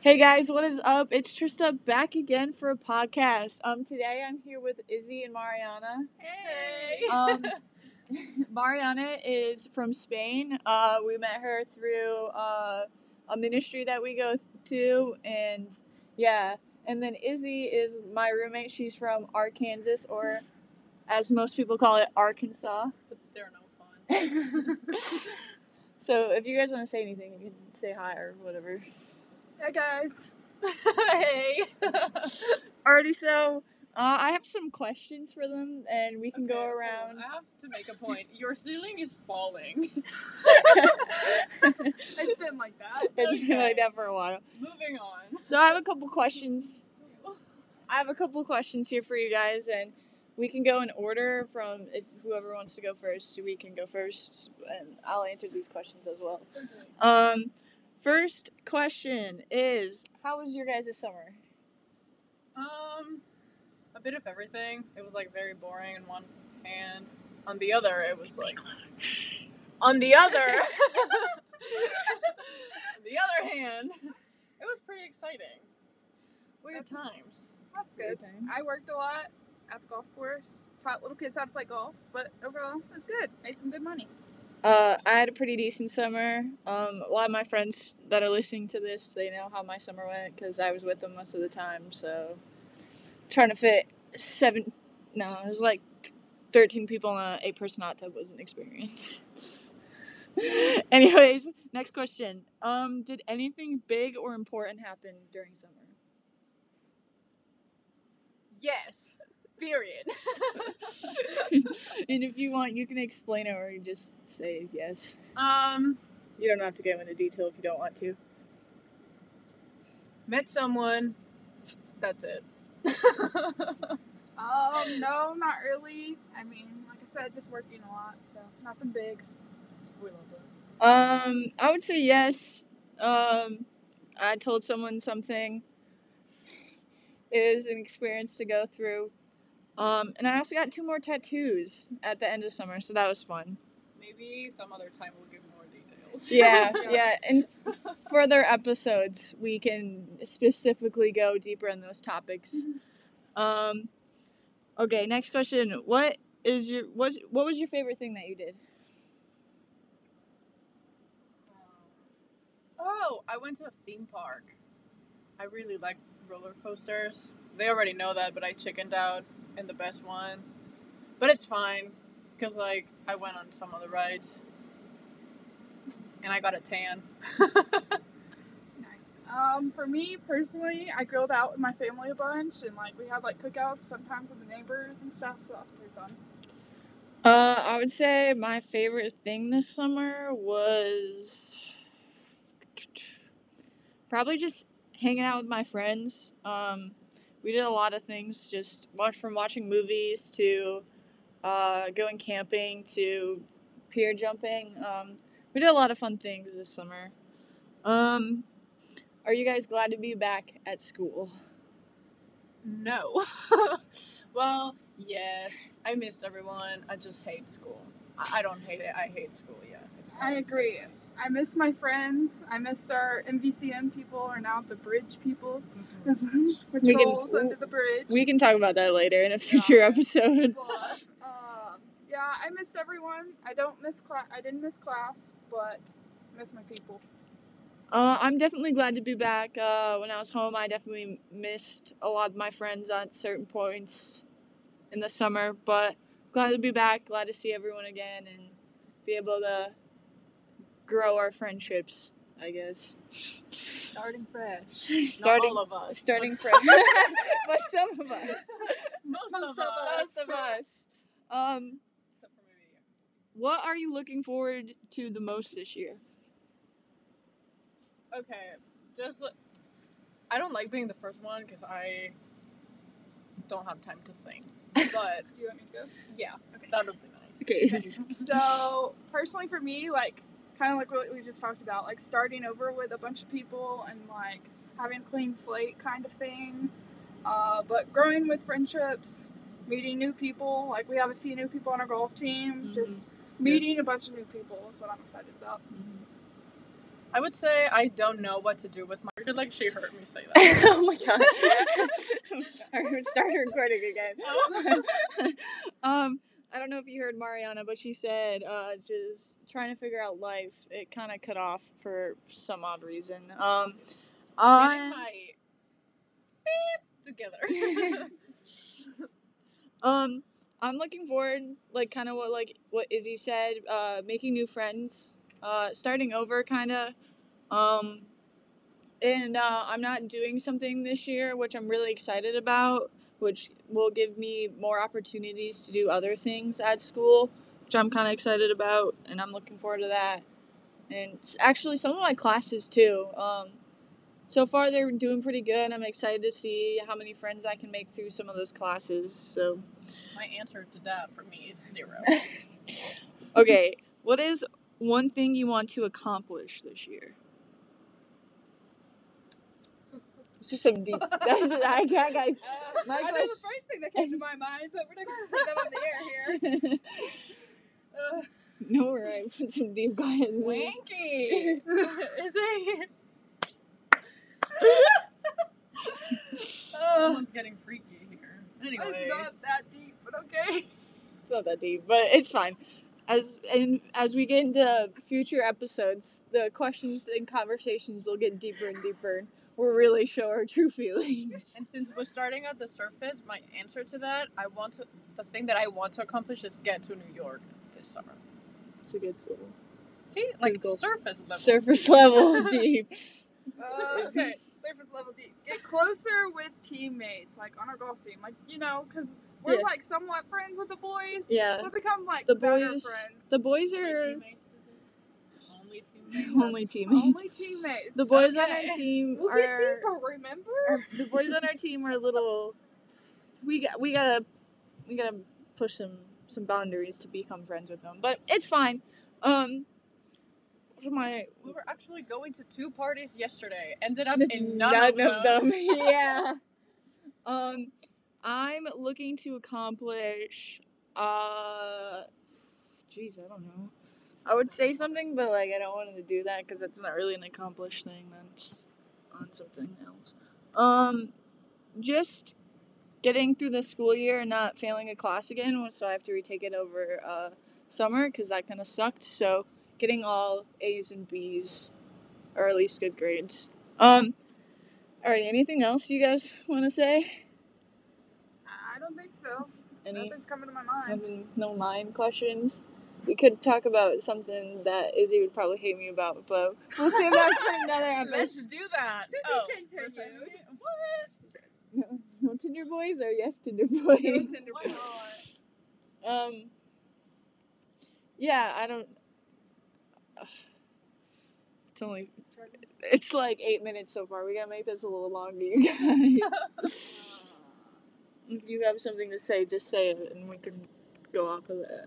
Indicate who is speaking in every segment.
Speaker 1: Hey guys, what is up? It's Trista back again for a podcast. Um, today I'm here with Izzy and Mariana.
Speaker 2: Hey.
Speaker 1: Um, Mariana is from Spain. Uh, we met her through uh, a ministry that we go to, and yeah. And then Izzy is my roommate. She's from Arkansas, or as most people call it, Arkansas.
Speaker 2: but they're no fun.
Speaker 1: So if you guys want to say anything, you can say hi or whatever.
Speaker 2: hey guys. hey.
Speaker 1: Alrighty, so uh, I have some questions for them, and we can
Speaker 2: Okay,
Speaker 1: go
Speaker 2: hold on.
Speaker 1: around.
Speaker 2: I have to make a point. Your ceiling is falling. It's been like that.
Speaker 1: It's been like that for a while.
Speaker 2: Moving on.
Speaker 1: So I have a couple questions. I have a couple questions here for you guys, and we can go in order from if whoever wants to go first. We can go first, and I'll answer these questions as well. Um, first question is, how was your guys' summer?
Speaker 2: Um, a bit of everything. It was like very boring in one hand. On the other, it was like. On the other. on the other hand, it was pretty exciting. Weird times.
Speaker 3: That's good.
Speaker 1: time.
Speaker 3: I worked a lot at the golf course, taught little kids how to play golf, but overall, it was good. Made some good money.
Speaker 1: Uh, I had a pretty decent summer. Um, a lot of my friends that are listening to this, they know how my summer went because I was with them most of the time. So, trying to fit seven, no, it was like thirteen people on an eight-person hot tub was an experience. Anyways, next question. Um, did anything big or important happen during summer?
Speaker 2: Yes. Period.
Speaker 1: And if you want, you can explain it or you just say yes.
Speaker 2: um,
Speaker 1: You don't have to go into detail if you don't want to.
Speaker 2: met someone. That's it.
Speaker 3: Um, no, not really. I mean, like I said, just working a lot, so nothing big.
Speaker 2: we love that.
Speaker 1: Um, I would say yes. Um, I told someone something. It is an experience to go through. Um, and I also got two more tattoos at the end of summer, so that was fun.
Speaker 2: Maybe some other time we'll give more details.
Speaker 1: Yeah,
Speaker 3: Yeah.
Speaker 1: yeah. And further episodes, we can specifically go deeper in those topics.
Speaker 2: Mm-hmm.
Speaker 1: Um, okay, next question. What is your was what was your favorite thing that you did?
Speaker 2: Oh, I went to a theme park. I really like roller coasters. They already know that, but I chickened out in the best one. But it's fine because like I went on some of the rides and I got a tan.
Speaker 3: Nice. Um, for me personally, I grilled out with my family a bunch, and like we had like cookouts sometimes with the neighbors and stuff, so that was pretty fun.
Speaker 1: Uh, I would say my favorite thing this summer was probably just hanging out with my friends. Um, we did a lot of things, just watch from watching movies to uh, going camping to pier jumping. Um, we did a lot of fun things this summer. Um, are you guys glad to be back at school?
Speaker 2: No. well, yes. I missed everyone. I just hate school. I, I don't hate it. I hate school. Yeah. It's
Speaker 3: I agree. I miss my friends. I missed our MVCM people, or now the bridge people.
Speaker 2: Mm-hmm.
Speaker 3: Patrols under the bridge.
Speaker 1: We can talk about that later in a future episode.
Speaker 3: But, um, yeah, I missed everyone. I don't miss class. I didn't miss class, but I miss my people.
Speaker 1: Uh, I'm definitely glad to be back. Uh, when I was home, I definitely missed a lot of my friends at certain points in the summer, but glad to be back, glad to see everyone again and be able to grow our friendships, I guess.
Speaker 2: Starting fresh.
Speaker 1: starting
Speaker 2: Not all of us.
Speaker 1: starting
Speaker 2: but
Speaker 1: fresh. but some of us.
Speaker 2: Most,
Speaker 3: Most
Speaker 2: of,
Speaker 3: of
Speaker 2: us.
Speaker 1: Most of us. Um,
Speaker 2: Except for maybe you.
Speaker 1: what are you looking forward to the most this year?
Speaker 2: Okay, just li- I don't like being the first one because I don't have time to think. But
Speaker 3: Do you want me to go?
Speaker 2: yeah,
Speaker 3: Okay.
Speaker 2: that would be nice.
Speaker 1: Okay.
Speaker 3: So personally, for me, like kind of like what we just talked about, like starting over with a bunch of people and like having a clean slate kind of thing. Uh, but growing with friendships, meeting new people. Like we have a few new people on our golf team. Just meeting a bunch of new people is what I'm excited about.
Speaker 2: I would say I don't know what to do with my. I feel like she heard me say that.
Speaker 1: oh my god. I started recording again. um, I don't know if you heard Mariana, but she said uh, just trying to figure out life. It kind of cut off for some odd reason. Um,
Speaker 2: Really
Speaker 1: on
Speaker 2: tight. Beep, Together.
Speaker 1: um, I'm looking forward, like kind of what like what Izzy said, uh, making new friends, uh, starting over, kind of. Um, and uh, I'm not doing something this year, which I'm really excited about, which will give me more opportunities to do other things at school, which I'm kind of excited about, and I'm looking forward to that. And s- actually, some of my classes too. Um, so far, they're doing pretty good. I'm excited to see how many friends I can make through some of those classes. So,
Speaker 2: my answer to that for me is zero.
Speaker 1: okay, what is one thing you want to accomplish this year? It's just some deep. That's I, I, My
Speaker 3: Uh, I know
Speaker 1: question-
Speaker 3: the first thing that came to my mind, but we're not going to say that on the air here.
Speaker 1: I,
Speaker 3: Ugh.
Speaker 1: No, we're right. Put some deep guy in there.
Speaker 2: Winky. is it?
Speaker 3: Ugh.
Speaker 2: Someone's getting freaky here.
Speaker 3: it's
Speaker 2: Anyways.
Speaker 3: not that deep, but okay.
Speaker 1: It's not that deep, but it's fine. As and as we get into future episodes, the questions and conversations will get deeper and deeper. We'll really show our true feelings.
Speaker 2: And since we're starting at the surface, my answer to that, I want to the thing that I want to accomplish is get to New York this summer.
Speaker 1: It's a good little
Speaker 2: See, like
Speaker 1: Google.
Speaker 2: surface level.
Speaker 1: surface level deep.
Speaker 3: Uh, okay, surface level deep. Get closer with teammates, like on our golf team, like you know, because we're
Speaker 1: Yeah.
Speaker 3: like somewhat friends with the boys.
Speaker 1: Yeah,
Speaker 3: We'll become like
Speaker 1: the
Speaker 3: better
Speaker 1: boys.
Speaker 3: friends.
Speaker 1: The boys are
Speaker 2: Only teammates, is it? Only teammates.
Speaker 1: only
Speaker 2: That's-
Speaker 1: teammates.
Speaker 3: Only teammates.
Speaker 1: The boys on
Speaker 3: Okay.
Speaker 1: our team
Speaker 3: We'll get
Speaker 1: are,
Speaker 3: deeper. Remember?
Speaker 1: are the boys on our team are a little. We got we gotta we gotta push some some boundaries to become friends with them, but it's fine. Um, what am I?
Speaker 2: We were actually going to two parties yesterday. Ended up in none, of, them.
Speaker 1: yeah. Um, I'm looking to accomplish. Uh, jeez, I don't know. I would say something, but like I don't want to do that because that's not really an accomplished thing. That's on something else. Um, just getting through the school year and not failing a class again. So I have to retake it over uh, summer because that kind of sucked. So getting all A's and B's, or at least good grades. Um, all right. Anything else you guys want to say?
Speaker 3: I don't think so.
Speaker 1: Any
Speaker 3: Nothing's coming to my mind.
Speaker 1: nothing, no mind questions? We could talk about something that Izzy would probably hate me about, but we'll save that for another
Speaker 2: Let's
Speaker 1: episode.
Speaker 2: do that.
Speaker 3: To be
Speaker 2: oh,
Speaker 3: continued.
Speaker 2: we're saying- What?
Speaker 1: No, no Tinder boys or yes Tinder
Speaker 3: No
Speaker 1: boys?
Speaker 3: Tinder
Speaker 2: Why
Speaker 3: boys.
Speaker 2: not?
Speaker 1: um. Yeah, I don't. It's only. It's like eight minutes so far. We gotta make this a little longer, you guys. if you have something to say, just say it, and we can go off of that.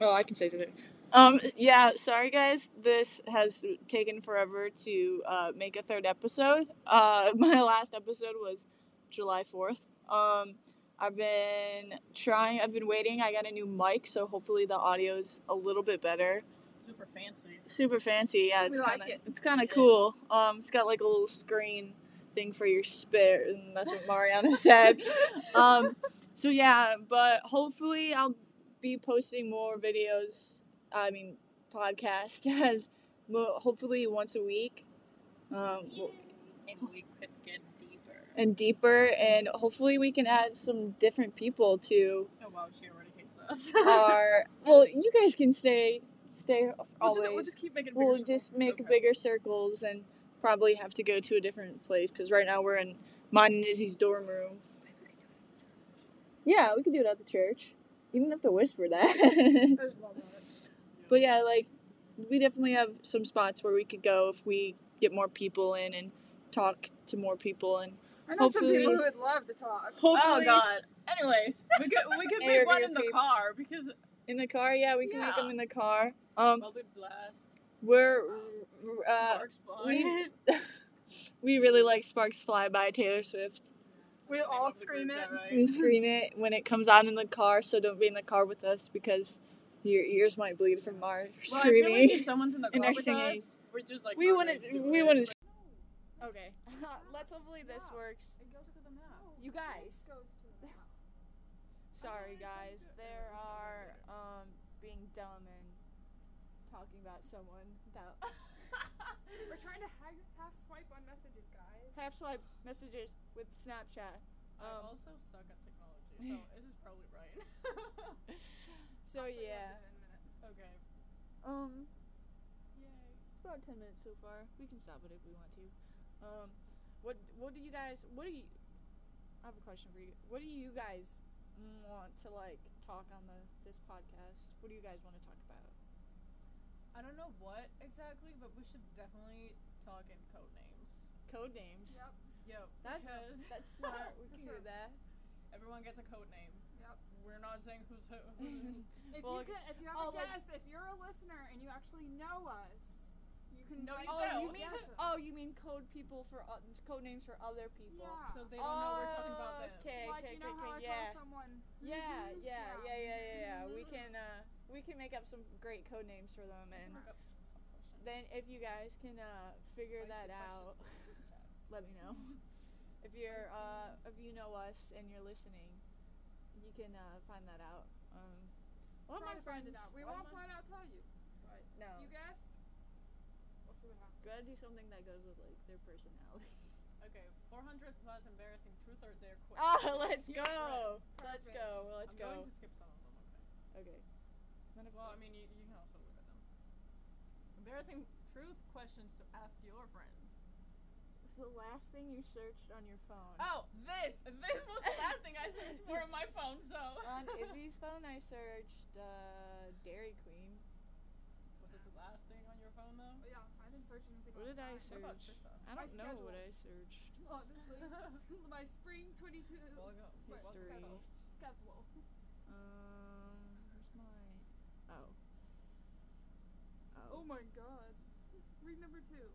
Speaker 1: Oh, I can say something. Um, yeah, sorry guys. This has taken forever to uh, make a third episode. Uh, my last episode was July fourth. Um, I've been trying. I've been waiting. I got a new mic, so hopefully the audio is a little bit better.
Speaker 2: Super fancy.
Speaker 1: Super fancy. Yeah, it's
Speaker 3: We like
Speaker 1: kind of
Speaker 3: it.
Speaker 1: it's kind
Speaker 2: Yeah.
Speaker 1: of cool. Um, it's got like a little screen thing for your spit, and that's what Mariana said. Um, so yeah, but hopefully I'll be posting more videos. I mean, podcast as mo- hopefully once a week, um,
Speaker 2: And we could get deeper.
Speaker 1: and deeper, and hopefully we can add some different people to
Speaker 2: Oh wow, she already hates us.
Speaker 1: Oh, our. well, you guys can stay stay
Speaker 3: We'll
Speaker 1: always.
Speaker 3: just, we'll just keep making. bigger
Speaker 1: we'll
Speaker 3: circles.
Speaker 1: just make
Speaker 2: Okay.
Speaker 1: bigger circles and probably have to go to a different place because right now we're in mine and Izzy's dorm room. Yeah, we could do it at the church. You didn't have to whisper that.
Speaker 3: There's no limit.
Speaker 1: but yeah, like we definitely have some spots where we could go if we get more people in and talk to more people and
Speaker 3: I know some
Speaker 1: Hopefully-
Speaker 3: people who would love to talk.
Speaker 2: oh
Speaker 1: hopefully
Speaker 2: god. Anyways, we could we could
Speaker 1: Hey,
Speaker 2: make one
Speaker 1: review
Speaker 2: in the
Speaker 1: people.
Speaker 2: car because
Speaker 1: in the car. Yeah, we can make
Speaker 2: Yeah.
Speaker 1: them in the car. Um,
Speaker 2: probably blast.
Speaker 1: we're uh,
Speaker 2: Sparks
Speaker 1: we-
Speaker 2: flying.
Speaker 1: we really like "Sparks Fly" by Taylor Swift.
Speaker 3: We
Speaker 2: Name
Speaker 3: all
Speaker 2: of the
Speaker 3: scream
Speaker 1: Mm-hmm.
Speaker 2: group,
Speaker 3: it.
Speaker 2: is that right?
Speaker 1: We scream it when it comes out in the car, so don't be in the car with us because
Speaker 4: Your ears might bleed from our
Speaker 2: Well, I feel like
Speaker 4: screaming.
Speaker 2: if someone's in the
Speaker 4: And
Speaker 2: car
Speaker 4: our
Speaker 2: with
Speaker 4: singing.
Speaker 2: us, we're just like
Speaker 4: we
Speaker 2: not
Speaker 4: wouldn't.
Speaker 2: very stupid.
Speaker 4: We wouldn't.
Speaker 1: Okay, let's hopefully this
Speaker 3: Yeah.
Speaker 1: works.
Speaker 3: It goes to the map.
Speaker 1: You guys.
Speaker 3: goes to the map.
Speaker 1: Sorry, guys. There are um being dumb and talking about someone without
Speaker 3: We're trying to ha- half swipe on messages, guys.
Speaker 1: half swipe messages with Snapchat.
Speaker 2: I
Speaker 1: Um,
Speaker 2: also suck at technology, so this is probably right.
Speaker 1: so yeah.
Speaker 2: okay.
Speaker 1: Um,
Speaker 2: Yay.
Speaker 1: it's about ten minutes so far. We can stop it if we want to. Um, what what do you guys? What do you? I have a question for you. What do you guys want to like talk on the this podcast? What do you guys want to talk about?
Speaker 2: I don't know what exactly, but we should definitely talk in code names.
Speaker 1: Code names.
Speaker 3: Yep.
Speaker 2: Yo,
Speaker 1: That's
Speaker 2: because
Speaker 1: that's smart. We can do that.
Speaker 2: everyone gets a code name.
Speaker 3: Yep.
Speaker 2: We're not saying who's who. who-
Speaker 3: If
Speaker 1: Well,
Speaker 3: you can, if you have
Speaker 1: oh,
Speaker 3: a
Speaker 1: like-
Speaker 3: guess, if you're a listener and you actually know us, you can.
Speaker 2: No,
Speaker 3: write
Speaker 2: you
Speaker 1: Oh,
Speaker 3: down
Speaker 1: you
Speaker 2: don't.
Speaker 1: mean
Speaker 3: guesses.
Speaker 1: oh, you mean code people for uh, code names for other people.
Speaker 3: Yeah.
Speaker 2: so they don't know we're talking about them.
Speaker 1: Okay,
Speaker 3: like
Speaker 1: okay,
Speaker 3: you know
Speaker 1: okay,
Speaker 3: how I
Speaker 1: okay, yeah.
Speaker 3: call someone.
Speaker 1: Yeah,
Speaker 3: Mhm,
Speaker 1: yeah,
Speaker 2: Mm-hmm.
Speaker 1: yeah, yeah, yeah, yeah. We
Speaker 2: Mhm.
Speaker 1: can uh, we can make up some great code names for them, and
Speaker 2: Look up some questions.
Speaker 1: then if you guys can uh, figure
Speaker 2: Place
Speaker 1: that
Speaker 2: the
Speaker 1: out,
Speaker 2: questions in the group chat.
Speaker 1: let me know. If you're uh, if you know us and you're listening, you can uh, find that out. Um, one of my
Speaker 3: Try to find
Speaker 1: friends.
Speaker 3: it out. We
Speaker 1: one of
Speaker 3: won't
Speaker 1: my-
Speaker 3: flat out tell you. But
Speaker 1: No,
Speaker 3: if you guess, we'll see what happens.
Speaker 1: gotta do something that goes with like their personality.
Speaker 2: Okay, 400 plus embarrassing truth or dare quiz.
Speaker 1: Oh, let's
Speaker 2: Skip
Speaker 1: go!
Speaker 2: friends.
Speaker 1: Let's
Speaker 3: Perfect.
Speaker 1: go! Let's
Speaker 2: I'm
Speaker 1: go!
Speaker 2: going to skip some of them, okay?
Speaker 1: Okay.
Speaker 2: Well, I mean, you, you can also look at them. Embarrassing truth questions to ask your friends.
Speaker 1: It's the last thing you searched on your phone.
Speaker 2: Oh, this! This was the last thing I searched for on my phone, so.
Speaker 1: on Izzy's phone, I searched uh, Dairy Queen.
Speaker 2: Was it the last thing on your phone, though?
Speaker 3: But Oh, yeah, I didn't search anything.
Speaker 1: What did I
Speaker 3: last
Speaker 1: search?
Speaker 2: What about Trista?
Speaker 1: I
Speaker 3: My
Speaker 1: don't know what
Speaker 3: schedule.
Speaker 1: I searched.
Speaker 3: time. Honestly, my spring 22
Speaker 2: Well, go-
Speaker 3: Smart.
Speaker 2: what's
Speaker 1: History.
Speaker 2: that?
Speaker 3: schedule.
Speaker 1: Um, where's my? Oh.
Speaker 3: Oh my god. Read number two.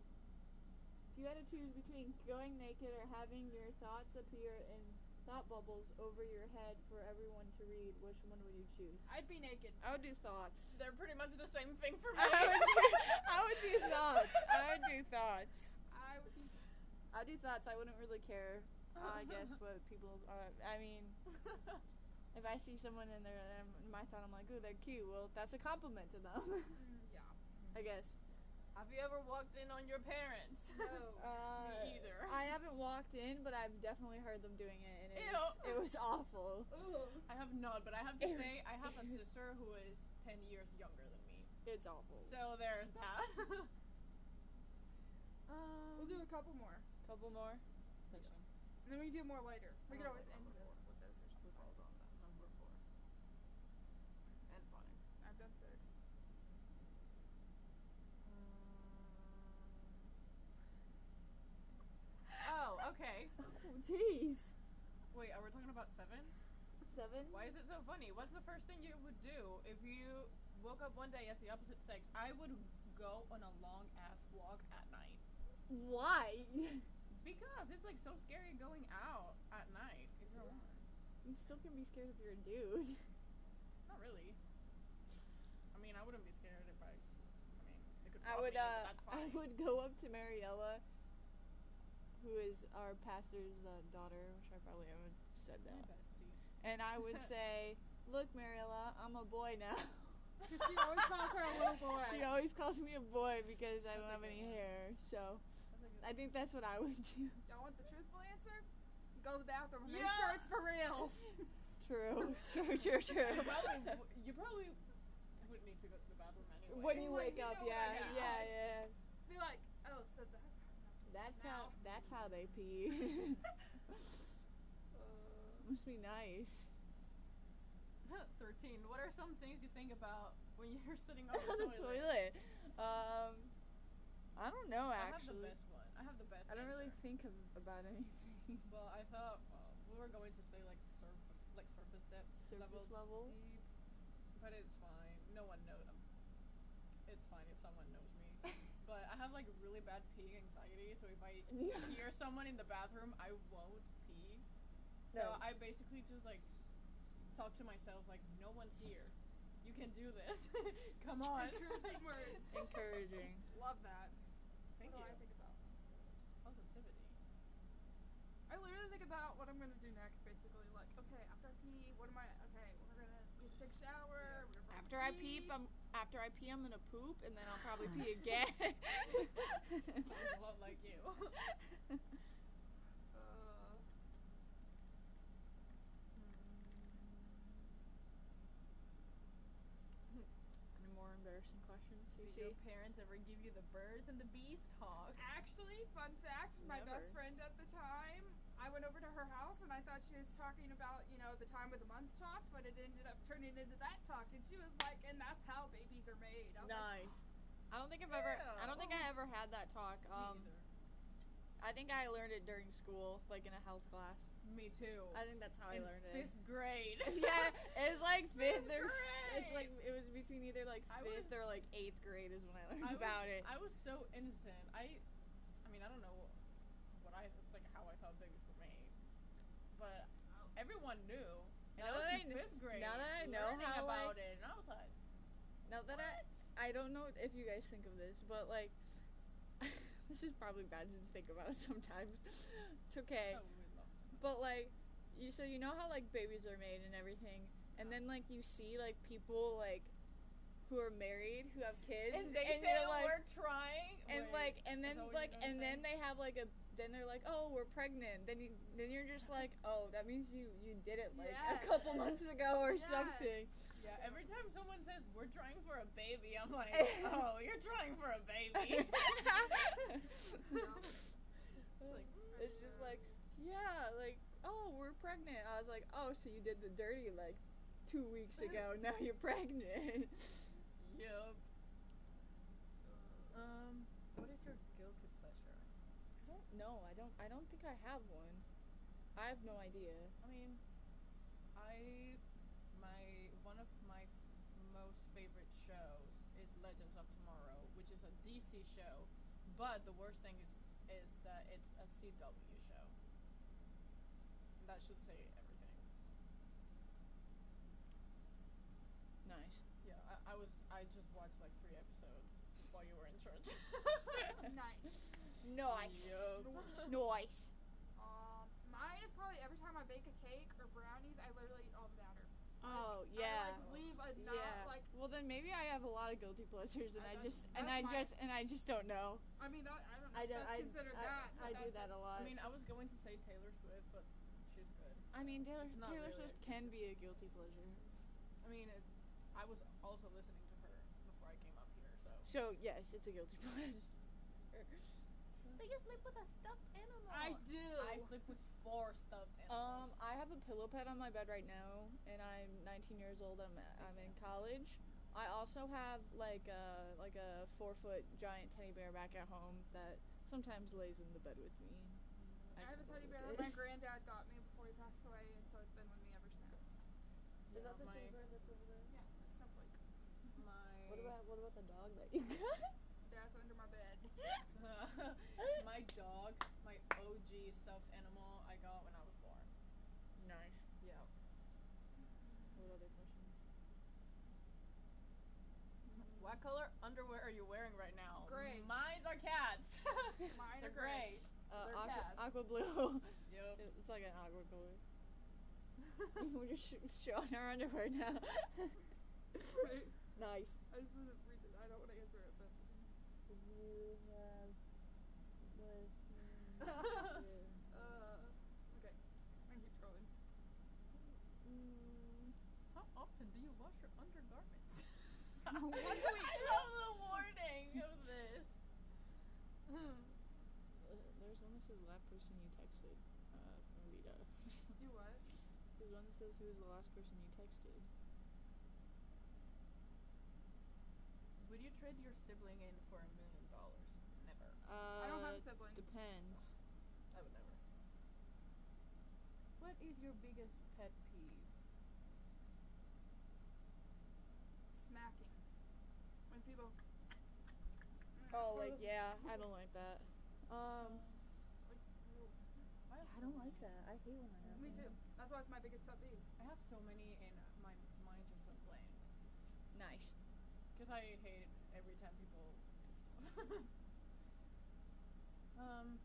Speaker 1: If you had to choose between going naked or having your thoughts appear in thought bubbles over your head for everyone to read, which one would you choose?
Speaker 3: I'd be naked.
Speaker 1: I would do thoughts.
Speaker 2: They're pretty much the same thing for me.
Speaker 1: I would do, I would do thoughts. I would do thoughts.
Speaker 3: I would be
Speaker 1: I do thoughts. I wouldn't really care. I guess what people. Uh, I mean, if I see someone in there and I'm- in my thought, I'm like, "Ooh, they're cute." Well, that's a compliment to them.
Speaker 3: Mm, yeah.
Speaker 1: I guess.
Speaker 2: Have you ever walked in on your parents?
Speaker 3: No.
Speaker 1: Uh,
Speaker 2: Me either.
Speaker 1: I haven't walked in, but I've definitely heard them doing it, and it,
Speaker 2: Ew.
Speaker 1: was, it was awful.
Speaker 3: Ooh.
Speaker 2: I have not, but I have to
Speaker 1: It was-
Speaker 2: say, I have a
Speaker 1: it was-
Speaker 2: sister who is 10 years younger than me.
Speaker 1: It's awful.
Speaker 2: So there's that. Um,
Speaker 3: We'll do a couple more.
Speaker 1: Couple more.
Speaker 3: And then we do more later. We could always end with
Speaker 2: with this or something. We've all done that. Number four. And five.
Speaker 3: I've done six.
Speaker 2: Oh, okay.
Speaker 1: Oh, jeez.
Speaker 2: Wait, are we talking about seven?
Speaker 1: Seven.
Speaker 2: Why is it so funny? What's the first thing you would do if you woke up one day as the opposite sex? I would go on a long ass walk at night.
Speaker 1: Why?
Speaker 2: Because it's like so scary going out at night if you're a woman.
Speaker 1: you still can be scared if you're a dude.
Speaker 2: Not really. I mean, I wouldn't be scared if I. I mean, it could.
Speaker 1: I
Speaker 2: rob
Speaker 1: would
Speaker 2: me,
Speaker 1: uh,
Speaker 2: but
Speaker 1: I
Speaker 2: that's fine.
Speaker 1: would go up to Mariella, who is our pastor's uh, daughter, which I probably haven't said
Speaker 2: My
Speaker 1: that.
Speaker 2: bestie.
Speaker 1: And I would say, "Look, Mariella, I'm a boy now."
Speaker 3: 'Cause she always calls her a little boy.
Speaker 1: She always calls me a boy because I
Speaker 2: That's
Speaker 1: don't
Speaker 2: a
Speaker 1: have
Speaker 2: good
Speaker 1: any
Speaker 2: one.
Speaker 1: hair. So
Speaker 2: That's like a-
Speaker 1: I think that's what I would do.
Speaker 3: Y'all want the truthful answer? Go to the bathroom. and Make
Speaker 2: Yeah.
Speaker 3: sure it's for real.
Speaker 1: True, true, true,
Speaker 2: you
Speaker 1: true.
Speaker 2: probably, w- you probably would need to go to the bathroom anyway.
Speaker 1: when you
Speaker 3: Like,
Speaker 1: wake
Speaker 3: you
Speaker 1: up,
Speaker 3: know
Speaker 1: yeah,
Speaker 2: what I
Speaker 1: yeah,
Speaker 2: got.
Speaker 1: yeah.
Speaker 3: Be like, oh, so that's how
Speaker 1: That's
Speaker 3: Now.
Speaker 1: how. That's how they pee.
Speaker 3: uh,
Speaker 1: Must be nice.
Speaker 2: Thirteen. What are some things you think about when you're sitting on
Speaker 1: On
Speaker 2: the,
Speaker 1: the toilet. Um, I don't know
Speaker 2: I have the
Speaker 1: actually.
Speaker 2: best one. I have the best.
Speaker 1: I don't really
Speaker 2: answer.
Speaker 1: think of, about anything.
Speaker 2: Well, I thought uh, we were going to say like surf, like surface depth,
Speaker 1: Surface level.
Speaker 2: deep, but it's fine. No one knows. It's fine if someone knows me. But I have like really bad pee anxiety, so if I hear someone in the bathroom, I won't pee. So
Speaker 1: No.
Speaker 2: I basically just like talk to myself like no one's here. You You can do this. Come on.
Speaker 3: Encouraging words.
Speaker 4: Encouraging.
Speaker 3: Love that.
Speaker 2: Thank
Speaker 3: what do I
Speaker 2: you.
Speaker 3: think about?
Speaker 2: Positivity.
Speaker 3: I literally think about what I'm gonna do next, basically. Like, okay, after I pee, what am I? Okay, we're gonna we have to take a shower. We're gonna brush
Speaker 1: After
Speaker 3: our
Speaker 1: I
Speaker 3: teeth.
Speaker 1: peep, I'm after I pee, I'm gonna poop, and then I'll probably pee again.
Speaker 2: Sounds a lot like you.
Speaker 3: Uh,
Speaker 1: Any more embarrassing questions? You
Speaker 2: Did
Speaker 1: see?
Speaker 2: your parents ever give you the birds and the bees talk?
Speaker 3: Ah. Actually, fun fact, my
Speaker 1: Never.
Speaker 3: best friend at the time, I went over to her house and I thought she was talking about, you know, the time of the month talk, but it ended up turning into that talk. And she was like, and that's how babies are made. I was like,
Speaker 1: Nice. I don't think I've ever. I don't think I ever had that talk. Um, I think I learned it during school, like in a health class.
Speaker 2: Me too.
Speaker 1: I think that's how
Speaker 2: Oh.
Speaker 1: I
Speaker 2: In
Speaker 1: learned it.
Speaker 2: fifth grade.
Speaker 1: yeah, it was like fifth or s-
Speaker 2: grade.
Speaker 1: it's like it was between either like
Speaker 2: I
Speaker 1: fifth
Speaker 2: was-
Speaker 1: or like eighth grade is when I learned
Speaker 2: I
Speaker 1: about
Speaker 2: was,
Speaker 1: it.
Speaker 2: I was so innocent. I, I mean, I don't know what I like how I thought babies were made, but everyone knew. And
Speaker 1: Now
Speaker 2: I was
Speaker 1: that I
Speaker 2: in
Speaker 1: kn-
Speaker 2: fifth grade.
Speaker 1: now that I know
Speaker 2: learning
Speaker 1: how, like-
Speaker 2: about it, and I was like,
Speaker 1: now that I I don't know if you guys think of this, but like this is probably bad to think about sometimes. it's okay.
Speaker 2: oh, we love
Speaker 1: But like you so you know how like babies are made and everything and then like you see like people like who are married who have kids
Speaker 2: and they
Speaker 1: and
Speaker 2: say "Oh,
Speaker 1: you're like
Speaker 2: we're trying,
Speaker 1: and
Speaker 2: Wait,
Speaker 1: like and
Speaker 2: is
Speaker 1: then
Speaker 2: that what
Speaker 1: like
Speaker 2: you're gonna
Speaker 1: and then
Speaker 2: say?
Speaker 1: they have like a then they're like oh we're pregnant then you then you're just like oh that means you you did it like
Speaker 3: Yes.
Speaker 1: a couple months ago or
Speaker 3: Yes.
Speaker 1: something
Speaker 2: yeah. Every time someone says we're trying for a baby, I'm like, oh, you're trying for a baby. like,
Speaker 1: it's just like yeah like oh we're pregnant i was like oh so you did the dirty like two weeks ago now you're pregnant
Speaker 2: Yep. Um, what is your guilty pleasure?
Speaker 1: I don't know. I don't. I don't think I have one. I have no idea.
Speaker 2: I mean, I my one of my most favorite shows is Legends of Tomorrow, which is a DC show, but the worst thing is is that it's a CW show. That should say everything.
Speaker 1: Nice.
Speaker 2: Yeah, I, I was I just watched like three episodes while you were in church.
Speaker 3: nice.
Speaker 1: Nice.
Speaker 2: Yup.
Speaker 1: Nice.
Speaker 3: Um, mine is probably every time I bake a cake or brownies, I literally eat all the batter.
Speaker 1: Oh
Speaker 3: I
Speaker 1: yeah.
Speaker 3: like leave a knot,
Speaker 1: Yeah.
Speaker 3: like,
Speaker 1: well then maybe I have a lot of guilty pleasures and I,
Speaker 3: I don't-
Speaker 1: just and
Speaker 3: that's
Speaker 1: I
Speaker 3: mine.
Speaker 1: just and I just don't know.
Speaker 3: I mean, I, I don't know.
Speaker 1: I
Speaker 3: if
Speaker 1: don't.
Speaker 3: That's
Speaker 1: I,
Speaker 3: considered
Speaker 1: I,
Speaker 3: that.
Speaker 1: I
Speaker 3: but
Speaker 1: do that a lot.
Speaker 2: I mean, I was going to say Taylor Swift, but she's good.
Speaker 1: I mean Taylor
Speaker 2: It's not
Speaker 1: Taylor
Speaker 2: really a
Speaker 1: Swift can be a guilty pleasure.
Speaker 2: I mean, it, I was also listening to her before I came up here, so.
Speaker 1: So yes, it's a guilty pleasure.
Speaker 2: Do you sleep with a stuffed animal?
Speaker 3: I do.
Speaker 2: I sleep with four stuffed
Speaker 1: Um,
Speaker 2: animals.
Speaker 1: I have a pillow pet on my bed right now, and I'm 19 years old. I'm I'm in college. I also have like a like a four foot giant teddy bear back at home that sometimes lays in the bed with me.
Speaker 3: I have a
Speaker 1: cuddle
Speaker 3: teddy
Speaker 1: with it.
Speaker 3: bear that my granddad got me before he passed away, and so it's been with me ever since.
Speaker 1: Is that the
Speaker 2: my,
Speaker 1: teddy bear that's over there?
Speaker 3: Yeah, it's Snowflake.
Speaker 2: my
Speaker 1: What about what about the dog that you got?
Speaker 3: That's under my bed.
Speaker 2: my dog, my OG stuffed animal I got when I was born.
Speaker 1: nice.
Speaker 2: Yeah.
Speaker 1: What other questions?
Speaker 2: What color underwear are you wearing right now?
Speaker 3: Gray.
Speaker 2: Mine's are cats.
Speaker 3: Mine
Speaker 2: They're
Speaker 3: are gray.
Speaker 1: Uh,
Speaker 2: They're
Speaker 1: aqua,
Speaker 2: cats.
Speaker 1: aqua blue.
Speaker 2: Yep.
Speaker 1: it's like an aqua color. We're just sh- showing our underwear now.
Speaker 3: Wait,
Speaker 1: nice.
Speaker 3: I just want to read it. I don't want to answer it, but
Speaker 1: you have listened
Speaker 3: uh, okay. I'm gonna keep scrolling.
Speaker 2: How often do you wash your undergarments?
Speaker 3: Once a week.
Speaker 2: I love the warning of this.
Speaker 1: Uh, There's one that says the last person you texted, uh, from Rita.
Speaker 3: You what?
Speaker 1: There's one that says who was the last person you texted.
Speaker 2: Would you trade your sibling in for a million dollars? Never.
Speaker 1: Uh,
Speaker 3: I don't have a sibling.
Speaker 1: Depends.
Speaker 2: I would never. What is your biggest pet peeve?
Speaker 3: Smacking. When people. Mm.
Speaker 1: Oh, like yeah, I don't like that. Um,
Speaker 2: have
Speaker 1: I don't like that. I hate when that
Speaker 3: Me
Speaker 1: happens.
Speaker 3: too. That's why it's my biggest pet peeve.
Speaker 2: I have so many, and my mind just went blank.
Speaker 1: Nice.
Speaker 2: Because I hate every time people do stuff. um,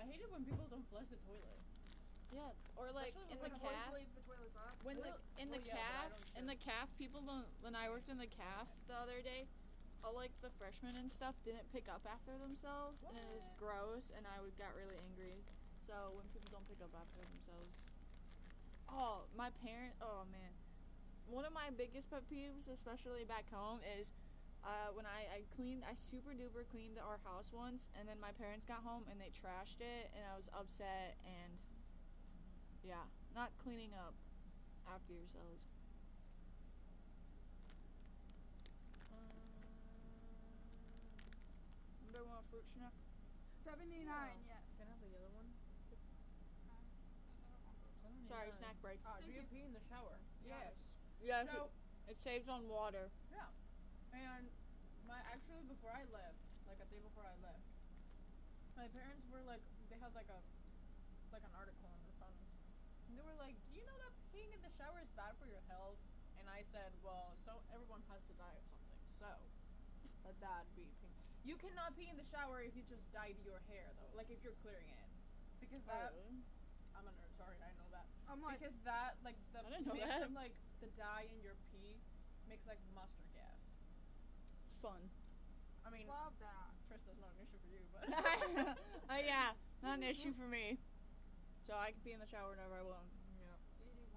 Speaker 2: I hate it when people don't flush the toilet.
Speaker 1: Yeah. Or like in
Speaker 2: Especially when
Speaker 1: the
Speaker 2: the boys
Speaker 1: calf.
Speaker 3: leave the toilets up.
Speaker 1: When the
Speaker 2: Well,
Speaker 1: in the
Speaker 2: well, yeah, but I
Speaker 1: calf
Speaker 2: don't
Speaker 1: in
Speaker 2: care.
Speaker 1: the calf people don't when I worked in the calf the other day, all like the freshmen and stuff didn't pick up after themselves and it was
Speaker 2: What?
Speaker 1: gross and I would got really angry. So when people don't pick up after themselves, oh my parent, oh man, one of my biggest pet peeves, especially back home, is. Uh, when I, I cleaned, I super duper cleaned our house once, and then my parents got home and they trashed it, and I was upset and yeah, not cleaning up after yourselves. Remember when fruit snack?
Speaker 3: 79,
Speaker 2: Wow.
Speaker 3: yes.
Speaker 2: Can I have the other one?
Speaker 1: Sorry, snack break.
Speaker 2: Ah, do you
Speaker 3: Thank you.
Speaker 2: pee in the shower?
Speaker 3: Yes.
Speaker 1: Yeah,
Speaker 2: So,
Speaker 1: it saves on water.
Speaker 2: And my actually before I left, like a day before I left, my parents were like they had like a like an article on their phone. And they were like, Do you know that peeing in the shower is bad for your health? And I said, Well, so everyone has to die of something, so let that be peeing. You cannot pee in the shower if you just dyed your hair though. Like if you're clearing it. Because
Speaker 1: Oh.
Speaker 2: that I'm a nerd, sorry, I know that.
Speaker 3: I'm like,
Speaker 2: Because that, like the
Speaker 1: I didn't know
Speaker 2: mix
Speaker 1: that.
Speaker 2: of like the dye in your pee makes like mustard gas.
Speaker 1: fun.
Speaker 2: I mean,
Speaker 3: love that.
Speaker 2: Trista's not an issue for you, but
Speaker 1: uh, yeah, not an issue for me. So I can pee in the shower whenever I want.
Speaker 3: 81.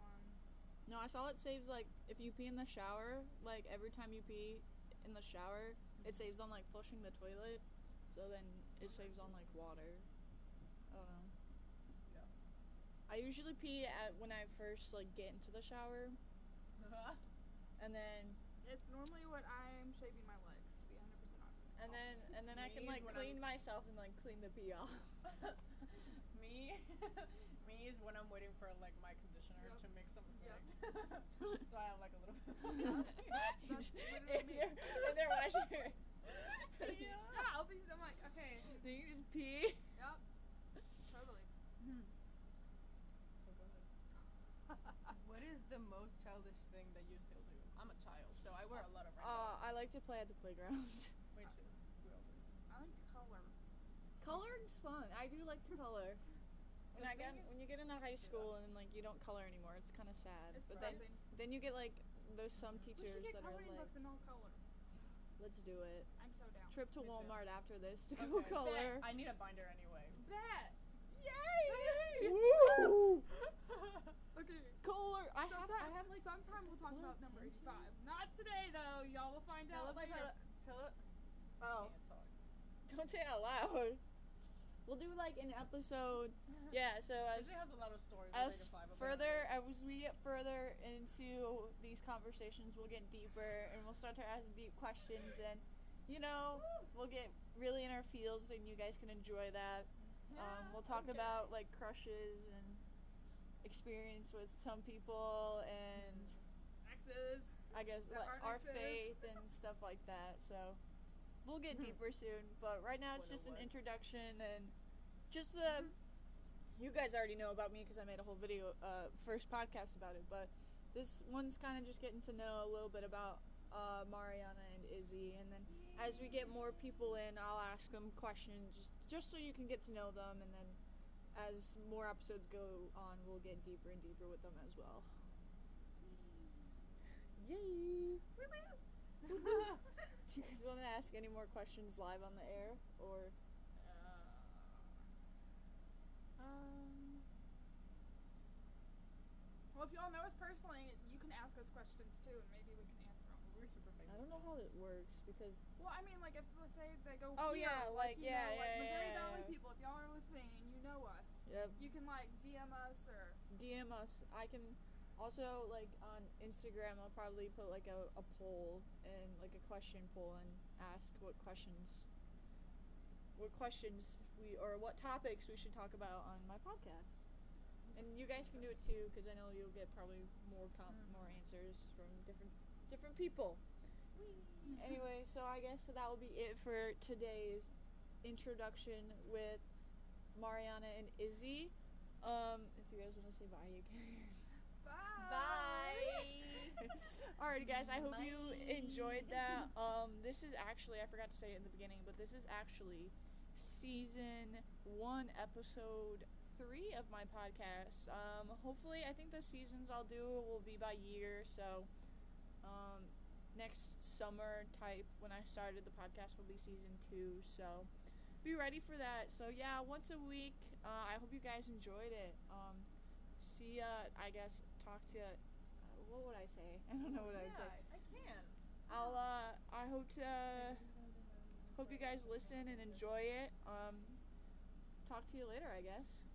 Speaker 1: No, I saw it saves like if you pee in the shower, like every time you pee in the shower, it saves on like flushing the toilet. So then it saves on like water. I don't know.
Speaker 2: Yeah.
Speaker 1: I usually pee at when I first like get into the shower,
Speaker 2: Yeah.
Speaker 1: and then
Speaker 3: It's normally what I'm shaving my legs, to be 100% honest.
Speaker 1: and then and then I can
Speaker 2: Knees
Speaker 1: like
Speaker 2: Oh. when
Speaker 1: clean
Speaker 2: I'm-
Speaker 1: myself and like clean the pee off.
Speaker 2: me, me is when I'm waiting for like my conditioner
Speaker 3: Yep.
Speaker 2: to make some
Speaker 3: Yep.
Speaker 2: effect. so I have like a little bit.
Speaker 3: That's literally
Speaker 1: if
Speaker 3: me.
Speaker 1: you're in there washing your
Speaker 3: Yeah, I'll be, I'm like, okay,
Speaker 1: then you just pee.
Speaker 3: yep, totally.
Speaker 2: Oh, what is the most childish thing that you still do? I'm a child, so I wear a lot of red.
Speaker 1: Uh, I like to play at the playground.
Speaker 2: Me too. We all do.
Speaker 3: I like to color.
Speaker 1: Coloring's fun. I do like to color. When,
Speaker 2: The
Speaker 1: I get,
Speaker 2: thing is-
Speaker 1: when you get into high school and like you don't color anymore, it's kind of sad.
Speaker 3: It's
Speaker 1: but then,
Speaker 3: depressing.
Speaker 1: then you get like there's some
Speaker 3: We should
Speaker 1: teachers
Speaker 3: get
Speaker 1: that are
Speaker 3: coloring
Speaker 1: like,
Speaker 3: books in all color.
Speaker 1: let's do it.
Speaker 3: I'm so down.
Speaker 1: Trip to
Speaker 2: Me too.
Speaker 1: Walmart after this to go
Speaker 2: Okay.
Speaker 1: color.
Speaker 2: I need a binder anyway.
Speaker 3: Bet.
Speaker 2: Yay!
Speaker 1: Woo!
Speaker 3: Okay.
Speaker 1: Color. I have.
Speaker 3: Sometime,
Speaker 1: I have like.
Speaker 3: sometime we'll talk
Speaker 1: color
Speaker 3: about number
Speaker 1: pencil.
Speaker 3: 85. Not today though. Y'all will find
Speaker 2: tell
Speaker 3: out
Speaker 2: it,
Speaker 3: later.
Speaker 2: tell it.
Speaker 1: Oh,
Speaker 2: Can't talk.
Speaker 1: don't say it out loud. We'll do like an episode. Yeah. So as
Speaker 2: This has a lot of stories.
Speaker 1: as
Speaker 2: related to five of
Speaker 1: further as we get further into these conversations, we'll get deeper and we'll start to ask deep questions and you know we'll get really in our fields and you guys can enjoy that. um, we'll talk
Speaker 2: okay.
Speaker 1: about like crushes and experience with some people and
Speaker 3: X's.
Speaker 1: I guess
Speaker 3: The
Speaker 1: like,
Speaker 3: art
Speaker 1: our
Speaker 3: mixes.
Speaker 1: faith and stuff like that. So we'll get deeper soon, but right now it's just an
Speaker 2: 101.
Speaker 1: introduction and just uh you guys already know about me because I made a whole video uh first podcast about it, but this one's kind of just getting to know a little bit about uh Mariana and Izzy and then as we get more people in, I'll ask them questions just, just so you can get to know them and then as more episodes go on, we'll get deeper and deeper with them as well. Yay! Do you guys want to ask any more questions live on the air, or
Speaker 2: Um,
Speaker 3: Well, if y'all know us personally, you can ask us questions too, and maybe we can answer them.
Speaker 2: we're super famous.
Speaker 1: I don't know how it works because
Speaker 3: Well, I mean, like if let's say they go.
Speaker 1: Oh,
Speaker 3: here,
Speaker 1: yeah, like,
Speaker 3: you
Speaker 1: yeah,
Speaker 3: know, like
Speaker 1: yeah,
Speaker 3: Missouri
Speaker 1: yeah,
Speaker 3: Valley
Speaker 1: yeah.
Speaker 3: people. If y'all are listening and you know us,
Speaker 1: yep.
Speaker 3: you can like DM us or
Speaker 1: DM us. I can also like on Instagram. I'll probably put like a, a poll and like a question poll and ask what questions, what questions we or what topics we should talk about on my podcast. And you guys can do it too because I know you'll get probably more com- more answers from different different people. Anyway, so I guess that will be it for today's introduction with Mariana and Izzy. Um, if you guys want to say bye again.
Speaker 5: Bye.
Speaker 1: All right, guys. I hope you
Speaker 5: Bye.
Speaker 1: enjoyed that. Um, this is actually I forgot to say it in the beginning, but this is actually season one, episode three of my podcast. Um, hopefully, I think the seasons I'll do will be by year, so um, next summer type when I started the podcast will be season two. So be ready for that. So yeah, once a week. Uh, I hope you guys enjoyed it. Um, see ya. I guess talk to. ya uh, what would I say? I don't know what I would say.
Speaker 2: I can.
Speaker 1: I'll uh I hope to uh, hope you guys listen and enjoy it. Um talk to you later, I guess.